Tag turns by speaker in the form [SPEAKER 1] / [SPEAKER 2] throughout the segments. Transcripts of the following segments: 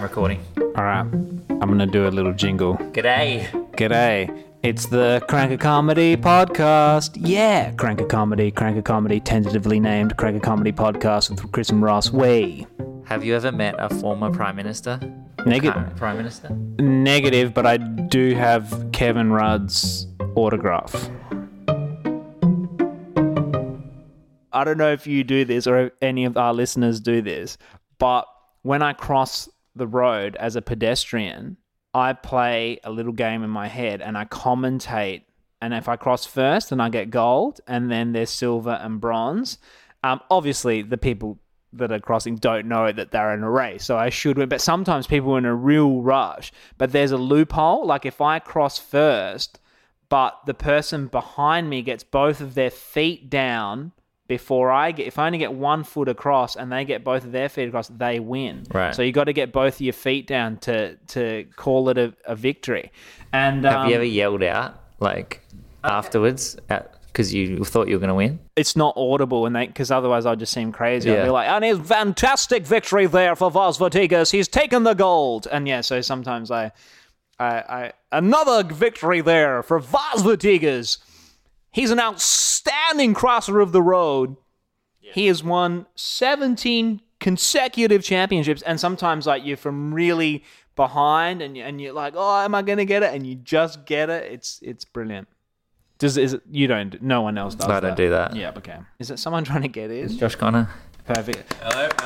[SPEAKER 1] recording.
[SPEAKER 2] All right, I'm gonna do a little jingle.
[SPEAKER 1] G'day.
[SPEAKER 2] G'day. It's the Cranker Comedy Podcast. Yeah, Cranker Comedy, Cranker Comedy, tentatively named Cranker Comedy Podcast with Chris and Ross. Way
[SPEAKER 1] Have you ever met a former prime minister?
[SPEAKER 2] negative,
[SPEAKER 1] Current prime minister?
[SPEAKER 2] negative, but I do have Kevin Rudd's autograph. I don't know if you do this or if any of our listeners do this, but when I cross the road as a pedestrian, I play a little game in my head and I commentate. And if I cross first, then I get gold, and then there's silver and bronze. Um, obviously, the people that are crossing don't know that they're in a race, so I should win. But sometimes people are in a real rush, but there's a loophole. Like if I cross first, but the person behind me gets both of their feet down before I get. If I only get one foot across and they get both of their feet across, they win.
[SPEAKER 1] Right.
[SPEAKER 2] So you got to get both of your feet down to to call it a, a victory. And um,
[SPEAKER 1] Have you ever yelled out like afterwards because you thought you were going to win?
[SPEAKER 2] it's not audible, and they because otherwise I'd just seem crazy. I'd
[SPEAKER 1] Yeah.
[SPEAKER 2] be like, and his fantastic victory there for Vaz Vertigas. He's taken the gold, and yeah. So sometimes I, I, I another victory there for Vaz Vertigas. He's an outstanding crosser of the road. He has won 17 consecutive championships, and sometimes like you're from really behind, and you- and you're like, oh, am I gonna get it? And you just get it. It's it's brilliant. Does is it, you don't? No one else does.
[SPEAKER 1] I don't
[SPEAKER 2] that.
[SPEAKER 1] do that.
[SPEAKER 2] Yeah, okay. Is it someone trying to get in?
[SPEAKER 1] Josh Connor,
[SPEAKER 2] Perfect.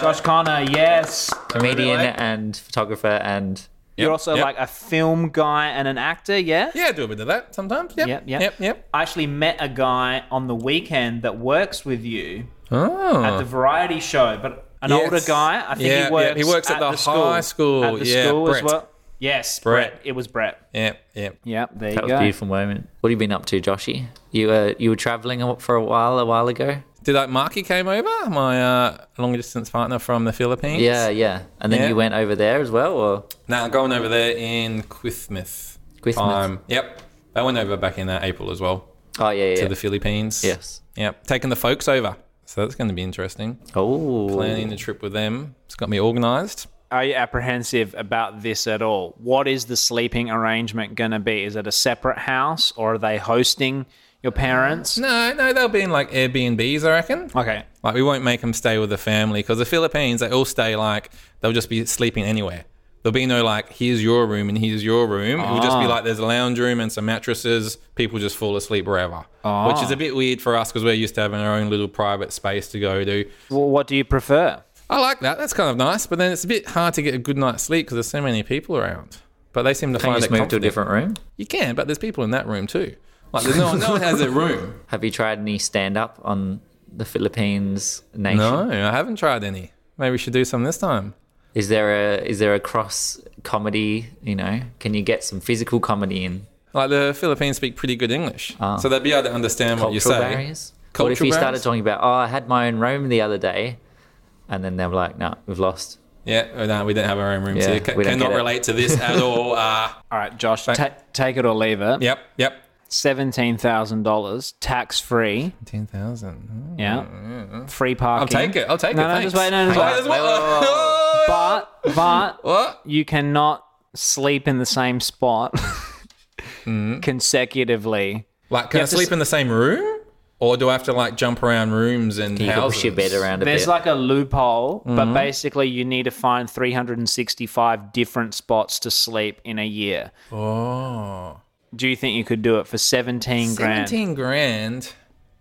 [SPEAKER 2] Josh Connor, yes.
[SPEAKER 1] comedian and photographer, and
[SPEAKER 2] You're also
[SPEAKER 3] yep.
[SPEAKER 2] like a film guy and an actor, yeah?
[SPEAKER 3] Yeah, I do a bit of that sometimes. Yep.
[SPEAKER 2] Yep,
[SPEAKER 3] Yep.
[SPEAKER 2] yep.
[SPEAKER 3] Yep. Yep.
[SPEAKER 2] I actually met a guy on the weekend that works with you
[SPEAKER 3] Oh.
[SPEAKER 2] at the variety show, but an
[SPEAKER 3] Yes.
[SPEAKER 2] older guy. I think
[SPEAKER 3] Yeah, yeah,
[SPEAKER 2] he works.
[SPEAKER 3] he works at the high school.
[SPEAKER 2] At the
[SPEAKER 3] Yeah,
[SPEAKER 2] school as
[SPEAKER 3] Brett.
[SPEAKER 2] well. Yes, Brett.
[SPEAKER 3] Brett.
[SPEAKER 2] It was Brett.
[SPEAKER 3] yep. Yep.
[SPEAKER 2] Yep, there
[SPEAKER 1] that
[SPEAKER 2] you
[SPEAKER 1] was
[SPEAKER 2] go.
[SPEAKER 1] a beautiful moment. What have you been up to, Joshy? You were you were traveling for a while a while ago.
[SPEAKER 3] Did I? Marky came over, my uh, long distance partner from the Philippines.
[SPEAKER 1] Yeah, yeah. And then
[SPEAKER 3] Yeah.
[SPEAKER 1] you went over there as well, or
[SPEAKER 3] Now going over there in Quithmith.
[SPEAKER 1] Quithmith.
[SPEAKER 3] Time. Yep. I went over back in uh, April as well
[SPEAKER 1] oh yeah, yeah.
[SPEAKER 3] to the Philippines.
[SPEAKER 1] Yes.
[SPEAKER 3] Yep. Taking the folks over. So that's going to be interesting.
[SPEAKER 1] oh,
[SPEAKER 3] Planning a trip with them. It's got me organised.
[SPEAKER 2] Are you apprehensive about this at all? What is the sleeping arrangement going to be? Is it a separate house or are they hosting your parents?
[SPEAKER 3] No, no, they'll be in like Airbnbs, I reckon.
[SPEAKER 2] Okay.
[SPEAKER 3] Like we won't make them stay with the family because the Philippines they all stay like they'll just be sleeping anywhere. There'll be no like here's your room and here's your room. It'll just be
[SPEAKER 1] Ah.
[SPEAKER 3] like there's a lounge room and some mattresses. People just fall asleep wherever, which
[SPEAKER 1] Ah.
[SPEAKER 3] is a bit weird for us because we're used to having our own little private space to go to.
[SPEAKER 2] Well, what do you prefer?
[SPEAKER 3] I like that. That's kind of nice, but then it's a bit hard to get a good night's sleep because there's so many people around. But they seem to
[SPEAKER 1] Can you
[SPEAKER 3] find
[SPEAKER 1] just
[SPEAKER 3] it
[SPEAKER 1] move to a
[SPEAKER 3] comforting.
[SPEAKER 1] different room?
[SPEAKER 3] You can, but there's people in that room too. Like there's no one, no one has a room.
[SPEAKER 1] Have you tried any stand up on the Philippines nation?
[SPEAKER 3] No, I haven't tried any. Maybe we should do some this time.
[SPEAKER 1] Is there a is there a cross comedy? You know, can you get some physical comedy in?
[SPEAKER 3] Like the Philippines speak pretty good English, so they'd be able to understand what you say.
[SPEAKER 1] Cultural barriers. what if
[SPEAKER 3] Cultural
[SPEAKER 1] you started
[SPEAKER 3] barriers?
[SPEAKER 1] talking about, oh, I had my own room the other day, and then they're like, no, we've lost.
[SPEAKER 3] Yeah, oh, no, we don't have our own room, so
[SPEAKER 1] Yeah,
[SPEAKER 3] you ca-
[SPEAKER 1] we don't
[SPEAKER 3] cannot
[SPEAKER 1] get it.
[SPEAKER 3] relate to this at all. Uh,
[SPEAKER 2] All right, Josh, ta- take it or leave it.
[SPEAKER 3] yep, yep.
[SPEAKER 2] $17,000 tax free.
[SPEAKER 3] Ten thousand.
[SPEAKER 2] Yeah. Free
[SPEAKER 3] Mm-hmm. I'll
[SPEAKER 2] parking.
[SPEAKER 3] take it. I'll take
[SPEAKER 2] No,
[SPEAKER 3] it.
[SPEAKER 2] no,
[SPEAKER 3] thanks.
[SPEAKER 2] just wait, no, just
[SPEAKER 3] Oh,
[SPEAKER 2] wait.
[SPEAKER 3] there's one- oh,
[SPEAKER 2] But, but
[SPEAKER 3] what?
[SPEAKER 2] you cannot sleep in the same spot
[SPEAKER 1] Mm-hmm.
[SPEAKER 2] consecutively.
[SPEAKER 3] Like, can I
[SPEAKER 2] have to
[SPEAKER 3] sleep
[SPEAKER 2] s-
[SPEAKER 3] in the same room, or do I have to like jump around rooms and
[SPEAKER 1] You can
[SPEAKER 3] houses?
[SPEAKER 1] push your bed around a
[SPEAKER 2] There's
[SPEAKER 1] bit. Mm-hmm.
[SPEAKER 2] like a loophole, but basically you need to find 365 different spots to sleep in a year.
[SPEAKER 3] Oh,
[SPEAKER 2] Do you think you could do it for 17 grand?
[SPEAKER 3] seventeen grand.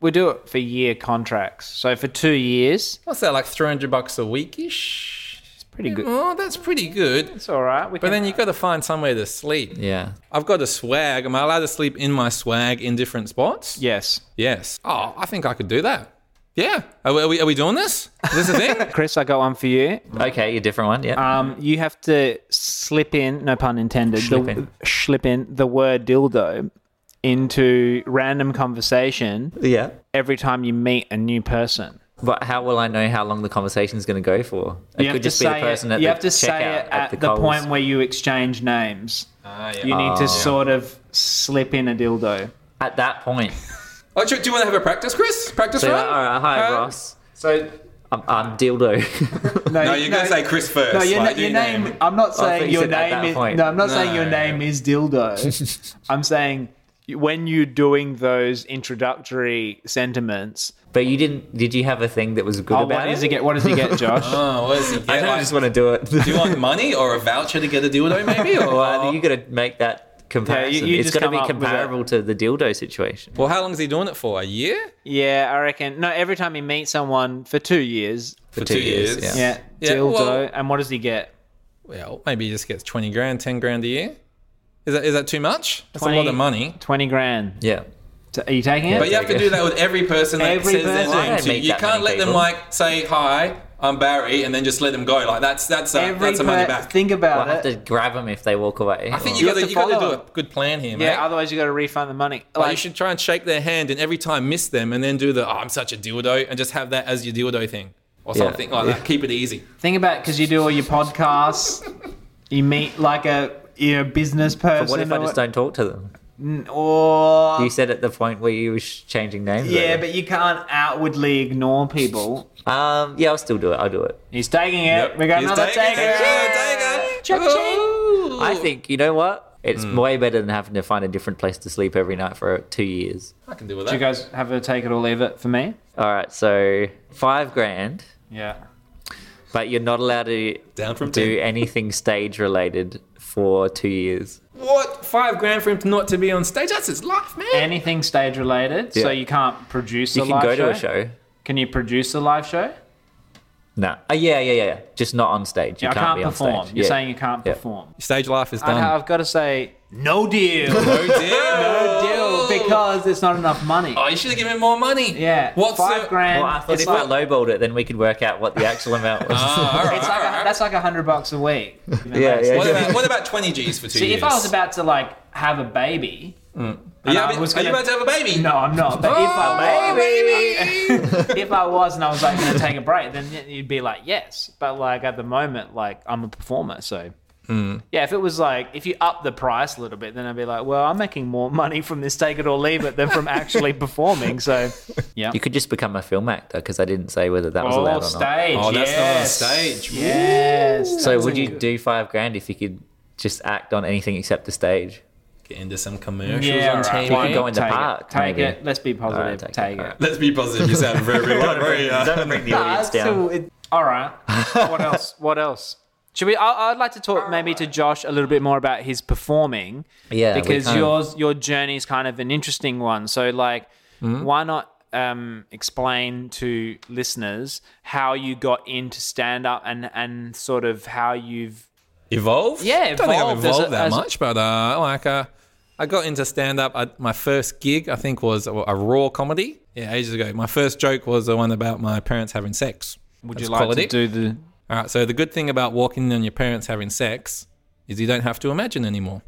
[SPEAKER 2] We do it for year contracts. So for 2 years,
[SPEAKER 3] What's that? Like three hundred bucks a week ish.
[SPEAKER 2] it's pretty good.
[SPEAKER 3] Oh, that's pretty good.
[SPEAKER 2] It's all right. We
[SPEAKER 3] But
[SPEAKER 2] can
[SPEAKER 3] then you got to find somewhere to sleep.
[SPEAKER 1] yeah.
[SPEAKER 3] I've got a swag. Am I allowed to sleep in my swag in different spots?
[SPEAKER 2] Yes.
[SPEAKER 3] Yes. Oh, I think I could do that. Yeah. Are we, are we, are we doing this? Is this a thing?
[SPEAKER 2] Chris, I got one for you.
[SPEAKER 1] Okay, a different one. Yeah.
[SPEAKER 2] Um, you have to slip in, no pun intended,
[SPEAKER 1] Slip
[SPEAKER 2] the,
[SPEAKER 1] in.
[SPEAKER 2] slip in the word dildo into random conversation
[SPEAKER 1] yeah.
[SPEAKER 2] every time you meet a new person.
[SPEAKER 1] But how will I know how long the conversation is going to go for? It
[SPEAKER 2] You have
[SPEAKER 1] could
[SPEAKER 2] to
[SPEAKER 1] just be the
[SPEAKER 2] say
[SPEAKER 1] person
[SPEAKER 2] it,
[SPEAKER 1] at
[SPEAKER 2] you
[SPEAKER 1] the
[SPEAKER 2] have to say
[SPEAKER 1] checkout
[SPEAKER 2] it
[SPEAKER 1] at
[SPEAKER 2] at,
[SPEAKER 1] the,
[SPEAKER 2] the
[SPEAKER 1] Coles. Ah,
[SPEAKER 2] point where you exchange names. You need to sort of slip in a dildo.
[SPEAKER 1] At that point.
[SPEAKER 3] oh, do, do you want to have a practice, Chris? Practice
[SPEAKER 1] So,
[SPEAKER 3] run?
[SPEAKER 1] all right, hi,
[SPEAKER 3] Uh,
[SPEAKER 1] Ross.
[SPEAKER 3] So
[SPEAKER 1] I'm, I'm dildo.
[SPEAKER 3] No, you're gonna say Chris first.
[SPEAKER 2] No, your,
[SPEAKER 3] like,
[SPEAKER 2] na-
[SPEAKER 3] do
[SPEAKER 2] your name.
[SPEAKER 3] name.
[SPEAKER 2] I'm not
[SPEAKER 1] Oh, I thought
[SPEAKER 2] saying
[SPEAKER 1] you
[SPEAKER 2] your
[SPEAKER 1] said at
[SPEAKER 2] name
[SPEAKER 1] that
[SPEAKER 2] is.
[SPEAKER 1] point.
[SPEAKER 2] No, I'm not saying your
[SPEAKER 3] No.
[SPEAKER 2] name is dildo. I'm saying when you're doing those introductory sentiments.
[SPEAKER 1] but you didn't. Did you have a thing that was good
[SPEAKER 2] Oh,
[SPEAKER 1] about
[SPEAKER 2] what
[SPEAKER 1] it? Ah.
[SPEAKER 2] does he get? What does he get, Josh?
[SPEAKER 3] Oh, what is he?
[SPEAKER 1] I
[SPEAKER 3] get?
[SPEAKER 1] don't
[SPEAKER 3] Like,
[SPEAKER 1] just want to do it.
[SPEAKER 3] do you want money or a voucher to get a dildo, maybe? Or
[SPEAKER 1] well, uh, you got to make that comparison.
[SPEAKER 2] you
[SPEAKER 1] it's
[SPEAKER 2] just
[SPEAKER 1] got to
[SPEAKER 2] come
[SPEAKER 1] be
[SPEAKER 2] up with a-
[SPEAKER 1] comparable to the dildo situation.
[SPEAKER 3] well, how long is he doing it for? A year?
[SPEAKER 2] yeah, I reckon. No, every time you meet someone for two years.
[SPEAKER 3] For,
[SPEAKER 1] two years, yeah.
[SPEAKER 2] Yeah,
[SPEAKER 3] Yeah,
[SPEAKER 2] dildo.
[SPEAKER 3] well-
[SPEAKER 2] and what does he get?
[SPEAKER 3] Well, maybe he just gets twenty grand, ten grand a year. Is that is that too much? That's a lot
[SPEAKER 2] 20
[SPEAKER 3] of money.
[SPEAKER 2] Twenty grand.
[SPEAKER 1] Yeah.
[SPEAKER 2] So are you taking it?
[SPEAKER 3] But you have to
[SPEAKER 1] Okay.
[SPEAKER 3] do that with every person that
[SPEAKER 2] Every
[SPEAKER 3] says
[SPEAKER 2] person.
[SPEAKER 3] their
[SPEAKER 1] I
[SPEAKER 3] name
[SPEAKER 1] don't
[SPEAKER 3] to
[SPEAKER 1] meet
[SPEAKER 3] you. You
[SPEAKER 1] that
[SPEAKER 3] can't
[SPEAKER 1] many
[SPEAKER 3] let them
[SPEAKER 1] people.
[SPEAKER 3] like say hi, I'm Barry, and then just let them go. Like that's that's a,
[SPEAKER 2] Every
[SPEAKER 3] that's a money
[SPEAKER 2] per-
[SPEAKER 3] back.
[SPEAKER 2] Think
[SPEAKER 1] Well,
[SPEAKER 2] about
[SPEAKER 1] I have to
[SPEAKER 2] it.
[SPEAKER 1] grab them if they walk away.
[SPEAKER 3] I think
[SPEAKER 2] You
[SPEAKER 3] you,
[SPEAKER 2] have
[SPEAKER 3] gotta
[SPEAKER 2] to
[SPEAKER 3] you gotta
[SPEAKER 2] follow
[SPEAKER 3] do a good plan here,
[SPEAKER 2] Yeah,
[SPEAKER 3] mate.
[SPEAKER 2] otherwise you got to refund the money.
[SPEAKER 1] Oh,
[SPEAKER 3] Like, you should try and shake their hand and every time miss them and then do the oh, I'm such a dildo and just have that as your dildo thing or
[SPEAKER 1] Yeah.
[SPEAKER 3] something like that. Keep it easy.
[SPEAKER 2] Think about because you do all your podcasts, you meet like a you're a business person.
[SPEAKER 1] But what if I
[SPEAKER 2] or
[SPEAKER 1] just don't talk to them?
[SPEAKER 2] what- Or
[SPEAKER 1] You said at the point where you were sh- changing names.
[SPEAKER 2] yeah,
[SPEAKER 1] earlier.
[SPEAKER 2] but you can't outwardly ignore people.
[SPEAKER 1] um, yeah, I'll still do it. I'll do it.
[SPEAKER 2] He's taking it. We got
[SPEAKER 3] He's
[SPEAKER 2] another
[SPEAKER 3] taking it.
[SPEAKER 2] taker.
[SPEAKER 3] Yeah, taker. Ooh.
[SPEAKER 1] I think you know what? It's
[SPEAKER 2] Hmm.
[SPEAKER 1] way better than having to find a different place to sleep every night for two years.
[SPEAKER 3] I can deal with
[SPEAKER 2] Do you
[SPEAKER 3] that.
[SPEAKER 2] guys have a take it or leave it for me?
[SPEAKER 1] All right, so five grand,
[SPEAKER 2] Yeah.
[SPEAKER 1] but you're not allowed to
[SPEAKER 3] Down from
[SPEAKER 1] do
[SPEAKER 3] ten.
[SPEAKER 1] anything stage related for two years.
[SPEAKER 3] What? Five grand for him to not to be on stage? That's his life, man.
[SPEAKER 2] Anything stage related, so
[SPEAKER 1] Yeah.
[SPEAKER 2] you can't produce
[SPEAKER 1] You
[SPEAKER 2] a
[SPEAKER 1] can
[SPEAKER 2] live
[SPEAKER 1] go
[SPEAKER 2] show.
[SPEAKER 1] to a show.
[SPEAKER 2] Can you produce a live show?
[SPEAKER 1] No. Oh, yeah, yeah, yeah, yeah. Just not on stage. You
[SPEAKER 2] I
[SPEAKER 1] can't,
[SPEAKER 2] can't,
[SPEAKER 1] be on
[SPEAKER 2] perform.
[SPEAKER 1] stage.
[SPEAKER 2] You're
[SPEAKER 1] Yeah.
[SPEAKER 2] saying you can't
[SPEAKER 1] Yeah.
[SPEAKER 2] perform.
[SPEAKER 3] Stage life is
[SPEAKER 2] I,
[SPEAKER 3] done.
[SPEAKER 2] I've got to say no deal.
[SPEAKER 3] Um, No deal.
[SPEAKER 2] no deal because there's not enough money.
[SPEAKER 3] Oh, you should have given him more money.
[SPEAKER 2] Yeah,
[SPEAKER 3] What's
[SPEAKER 2] five
[SPEAKER 3] the-
[SPEAKER 2] grand?
[SPEAKER 1] Well, I thought
[SPEAKER 2] it's
[SPEAKER 1] if
[SPEAKER 2] like,
[SPEAKER 1] I lowballed it, then we could work out what the actual amount was.
[SPEAKER 3] Ah, all right,
[SPEAKER 2] it's like
[SPEAKER 3] all
[SPEAKER 2] a,
[SPEAKER 3] right.
[SPEAKER 2] that's like a hundred bucks a week. You know,
[SPEAKER 1] Yeah,
[SPEAKER 2] that's-
[SPEAKER 1] yeah.
[SPEAKER 3] What about, what about 20 G's for two
[SPEAKER 2] See,
[SPEAKER 3] years?
[SPEAKER 2] if I was about to like have a baby,
[SPEAKER 3] Mm. Are you,
[SPEAKER 2] I
[SPEAKER 3] about-
[SPEAKER 2] was
[SPEAKER 3] are you
[SPEAKER 2] gonna-
[SPEAKER 3] about to have a baby?
[SPEAKER 2] no, I'm not. But if I
[SPEAKER 3] Oh,
[SPEAKER 2] was,
[SPEAKER 3] baby.
[SPEAKER 2] if I was, and I was like going to take a break, then you'd be like yes. But like at the moment, like I'm a performer, so. Yeah, if it was like if you up the price a little bit, then I'd be like, well, I'm making more money from this take it or leave it than from actually performing. So, yeah,
[SPEAKER 1] You could just become a film actor because I didn't say whether that was allowed
[SPEAKER 2] oh,
[SPEAKER 1] or not.
[SPEAKER 2] stage.
[SPEAKER 3] oh, that's
[SPEAKER 2] yes.
[SPEAKER 3] not on stage.
[SPEAKER 2] Yes.
[SPEAKER 1] So would you do five grand if you could just act on anything except the stage?
[SPEAKER 3] Get into some commercials
[SPEAKER 2] Yeah,
[SPEAKER 3] on
[SPEAKER 2] all right, fine.
[SPEAKER 3] TV.
[SPEAKER 1] You could go in the
[SPEAKER 2] Take it.
[SPEAKER 1] park,
[SPEAKER 2] Take
[SPEAKER 1] maybe.
[SPEAKER 2] it. Let's be positive.
[SPEAKER 1] Alright,
[SPEAKER 2] take,
[SPEAKER 1] take
[SPEAKER 2] it.
[SPEAKER 1] it, alright.
[SPEAKER 3] Let's be positive. You sound very, very, very, uh,
[SPEAKER 1] Don't bring the audience down.
[SPEAKER 2] all right. What else? What else? Should we? I, I'd like to talk maybe to Josh a little bit more about his performing.
[SPEAKER 1] Yeah, we
[SPEAKER 2] because
[SPEAKER 1] can't.
[SPEAKER 2] yours your journey is kind of an interesting one. So like,
[SPEAKER 3] Mm-hmm.
[SPEAKER 2] why not um, explain to listeners how you got into stand up and and sort of how you've
[SPEAKER 3] evolved.
[SPEAKER 2] Yeah,
[SPEAKER 3] I don't think I've
[SPEAKER 2] evolved as a-
[SPEAKER 3] evolved that
[SPEAKER 2] as-
[SPEAKER 3] much, but uh, like uh, I got into stand up. I- My first gig, I think, was a, a raw comedy. Yeah, ages ago. My first joke was the one about my parents having sex.
[SPEAKER 2] would
[SPEAKER 3] That's
[SPEAKER 2] you like
[SPEAKER 3] quality.
[SPEAKER 2] to do the
[SPEAKER 3] All right. So the good thing about walking in on your parents having sex is you don't have to imagine anymore.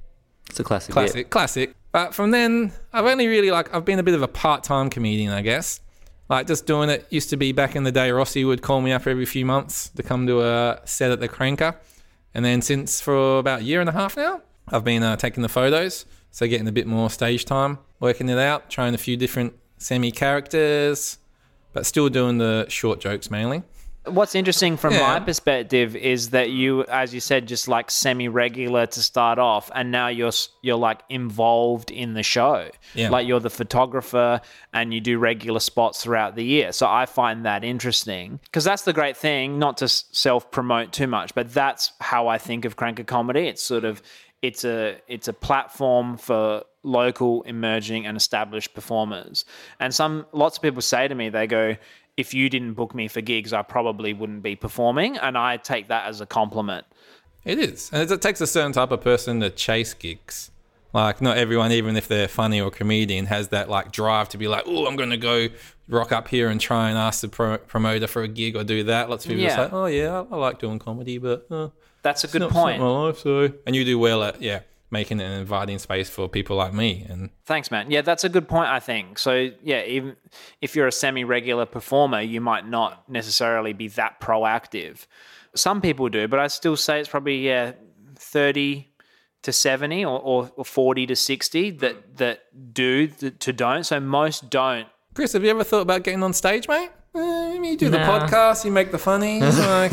[SPEAKER 1] It's a classic.
[SPEAKER 3] Classic, classic. But from then, I've only really like I've been a bit of a part-time comedian, I guess. Like just doing it used to be back in the day. Rossi would call me up every few months to come to a set at the Cranker, and then since for about a year and a half now, I've been uh, taking the photos, so getting a bit more stage time, working it out, trying a few different semi characters, but still doing the short jokes mainly.
[SPEAKER 2] What's interesting from
[SPEAKER 3] Yeah.
[SPEAKER 2] my perspective is that you, as you said, just like semi-regular to start off, and now you're s- you're like involved in the show.
[SPEAKER 3] Yeah.
[SPEAKER 2] Like you're the photographer, and you do regular spots throughout the year. So I find that interesting because that's the great thing. Not to s- self-promote too much, but that's how I think of cranker comedy. It's sort of it's a it's a platform for local emerging and established performers and some lots of people say to me they go if you didn't book me for gigs i probably wouldn't be performing and i take that as a compliment
[SPEAKER 3] It is. And it's- it takes a certain type of person to chase gigs. Like, not everyone, even if they're funny or comedian, has that like drive to be like, oh, I'm going to go rock up here and try and ask the pro- promoter for a gig or do that. Lots of people just
[SPEAKER 2] Yeah.
[SPEAKER 3] like, oh, yeah, I I like doing comedy, but uh,
[SPEAKER 2] that's a good
[SPEAKER 3] not, it's
[SPEAKER 2] point
[SPEAKER 3] not my life. So, and you do well at, yeah, making an inviting space for people like me. And
[SPEAKER 2] Thanks, man. Yeah, that's a good point. I think so. Yeah, even if you're a semi-regular performer, you might not necessarily be that proactive. Some people do, but I still say it's probably yeah, thirty to seventy or, or, or forty to sixty that that do that to don't. So most don't.
[SPEAKER 3] Chris, have you ever thought about getting on stage, mate? eh, you do the
[SPEAKER 1] Nah.
[SPEAKER 3] podcast, you make the funnies. like,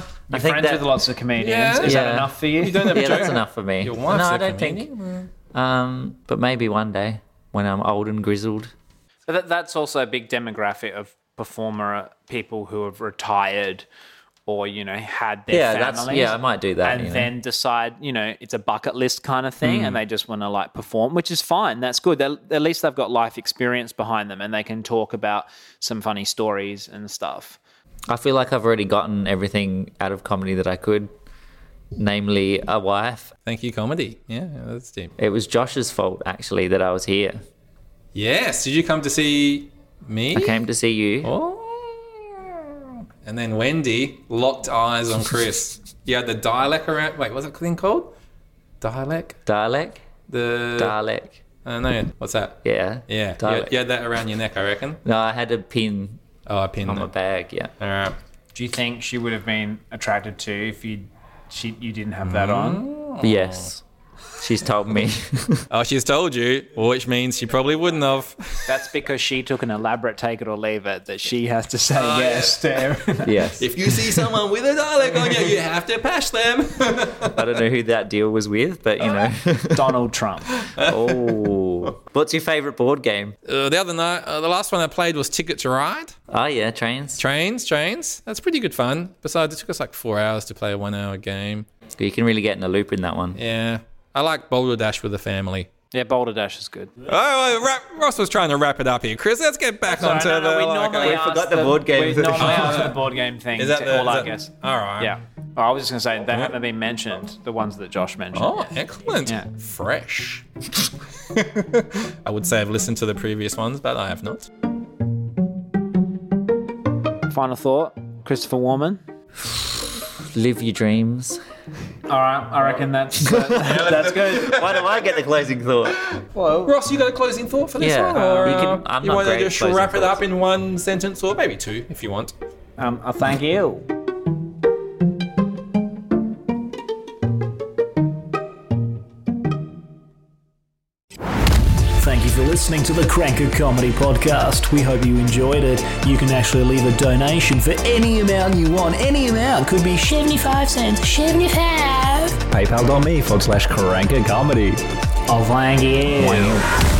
[SPEAKER 1] I
[SPEAKER 2] You're
[SPEAKER 1] think
[SPEAKER 2] friends
[SPEAKER 1] that-
[SPEAKER 2] with lots of comedians.
[SPEAKER 3] Yeah.
[SPEAKER 2] Is
[SPEAKER 1] Yeah.
[SPEAKER 2] that enough for you?
[SPEAKER 3] you don't have a
[SPEAKER 1] yeah, that's
[SPEAKER 3] joke.
[SPEAKER 1] enough for me.
[SPEAKER 3] Your
[SPEAKER 1] no,
[SPEAKER 3] wife's
[SPEAKER 1] I
[SPEAKER 3] a
[SPEAKER 1] don't think.
[SPEAKER 3] comedian. Think.
[SPEAKER 1] Um, but maybe one day when I'm old and grizzled.
[SPEAKER 2] But that, that's also a big demographic of performer uh, people who have retired or you know had their
[SPEAKER 1] Yeah,
[SPEAKER 2] families.
[SPEAKER 1] that's- yeah, I might do that,
[SPEAKER 2] and
[SPEAKER 1] you know. Mm.
[SPEAKER 2] then decide you know it's a bucket list kind of thing, and they just want to like perform, which is fine. That's good. They, at least they've got life experience behind them, and they can talk about some funny stories and stuff.
[SPEAKER 1] I feel like I've already gotten everything out of comedy that I could, namely a wife.
[SPEAKER 3] Thank you, comedy. Yeah, that's deep.
[SPEAKER 1] It was Josh's fault actually that I was here.
[SPEAKER 3] Yes, did you come to see me?
[SPEAKER 1] I came to see you.
[SPEAKER 3] Oh. And then Wendy locked eyes on Chris. you had the dialect around. Wait, what's that thing called? Dialect?
[SPEAKER 1] Dalek,
[SPEAKER 3] The.
[SPEAKER 1] Dalek.
[SPEAKER 3] uh, no, what's that?
[SPEAKER 1] Yeah.
[SPEAKER 3] Yeah, you
[SPEAKER 1] Dalek.
[SPEAKER 3] had, you had that around your neck, I reckon.
[SPEAKER 1] No, I had a pin
[SPEAKER 3] Oh, I pinned
[SPEAKER 1] on my
[SPEAKER 3] it.
[SPEAKER 1] bag. Yeah.
[SPEAKER 3] All right.
[SPEAKER 2] Do you think she would have been attracted to if you she you didn't have that
[SPEAKER 1] Mm.
[SPEAKER 2] on?
[SPEAKER 1] Yes. She's told me.
[SPEAKER 3] Oh, she's told you, which means she probably wouldn't have.
[SPEAKER 2] That's because she took an elaborate take it or leave it that she has to say yes to everything.
[SPEAKER 1] yes.
[SPEAKER 3] If you see someone with a dialect on you, you have to bash them. Uh,
[SPEAKER 1] I don't know who that deal was with, but you know.
[SPEAKER 2] Donald Trump.
[SPEAKER 1] oh. What's your favorite board game?
[SPEAKER 3] uh, the other night, uh, the last one I played was Ticket to Ride.
[SPEAKER 1] Oh yeah, trains.
[SPEAKER 3] Trains, trains. That's pretty good fun. Besides, it took us like four hours to play a one-hour game.
[SPEAKER 1] You can really get in a loop in that one.
[SPEAKER 3] Yeah, I like Boulder Dash with the family.
[SPEAKER 2] Yeah, Boulder Dash is good.
[SPEAKER 3] Oh, well, wrap, Ross was trying to wrap it up here, Chris. Let's get back
[SPEAKER 2] Sorry,
[SPEAKER 3] onto
[SPEAKER 2] no, no,
[SPEAKER 3] the.
[SPEAKER 2] we
[SPEAKER 3] like,
[SPEAKER 2] normally
[SPEAKER 3] uh,
[SPEAKER 2] ask
[SPEAKER 1] forgot the board game
[SPEAKER 2] We
[SPEAKER 1] thing.
[SPEAKER 2] normally ask the board game thing.
[SPEAKER 3] is that
[SPEAKER 2] to
[SPEAKER 3] the,
[SPEAKER 2] all
[SPEAKER 3] is
[SPEAKER 2] our
[SPEAKER 3] that-
[SPEAKER 2] guests.
[SPEAKER 3] All right.
[SPEAKER 2] Yeah. Oh, I was just gonna say they haven't been mentioned. The ones that Josh mentioned.
[SPEAKER 3] Oh, excellent.
[SPEAKER 2] Yeah.
[SPEAKER 3] Fresh. I would say I've listened to the previous ones, but I have not.
[SPEAKER 1] Oh.
[SPEAKER 2] Final thought, Christopher Warman.
[SPEAKER 1] Live your dreams.
[SPEAKER 2] All right, I reckon that's uh, that's good.
[SPEAKER 1] Why do I get the closing thought?
[SPEAKER 3] Ross, you got a closing thought for this
[SPEAKER 1] Yeah,
[SPEAKER 3] one? Or,
[SPEAKER 1] you
[SPEAKER 3] uh,
[SPEAKER 1] can- I'm
[SPEAKER 3] you
[SPEAKER 1] not
[SPEAKER 3] want to
[SPEAKER 1] great at
[SPEAKER 3] just
[SPEAKER 1] closing
[SPEAKER 3] wrap it up
[SPEAKER 1] thoughts.
[SPEAKER 3] in one sentence or maybe two if you want?
[SPEAKER 2] Um, I thank you.
[SPEAKER 4] Thank you for listening to the Cranker Comedy Podcast. We hope you enjoyed it. You can actually leave a donation for any amount you want. Any amount could be 75 cents. 75!
[SPEAKER 5] PayPal.me forward slash Karanka Comedy.
[SPEAKER 4] Oh, thank you.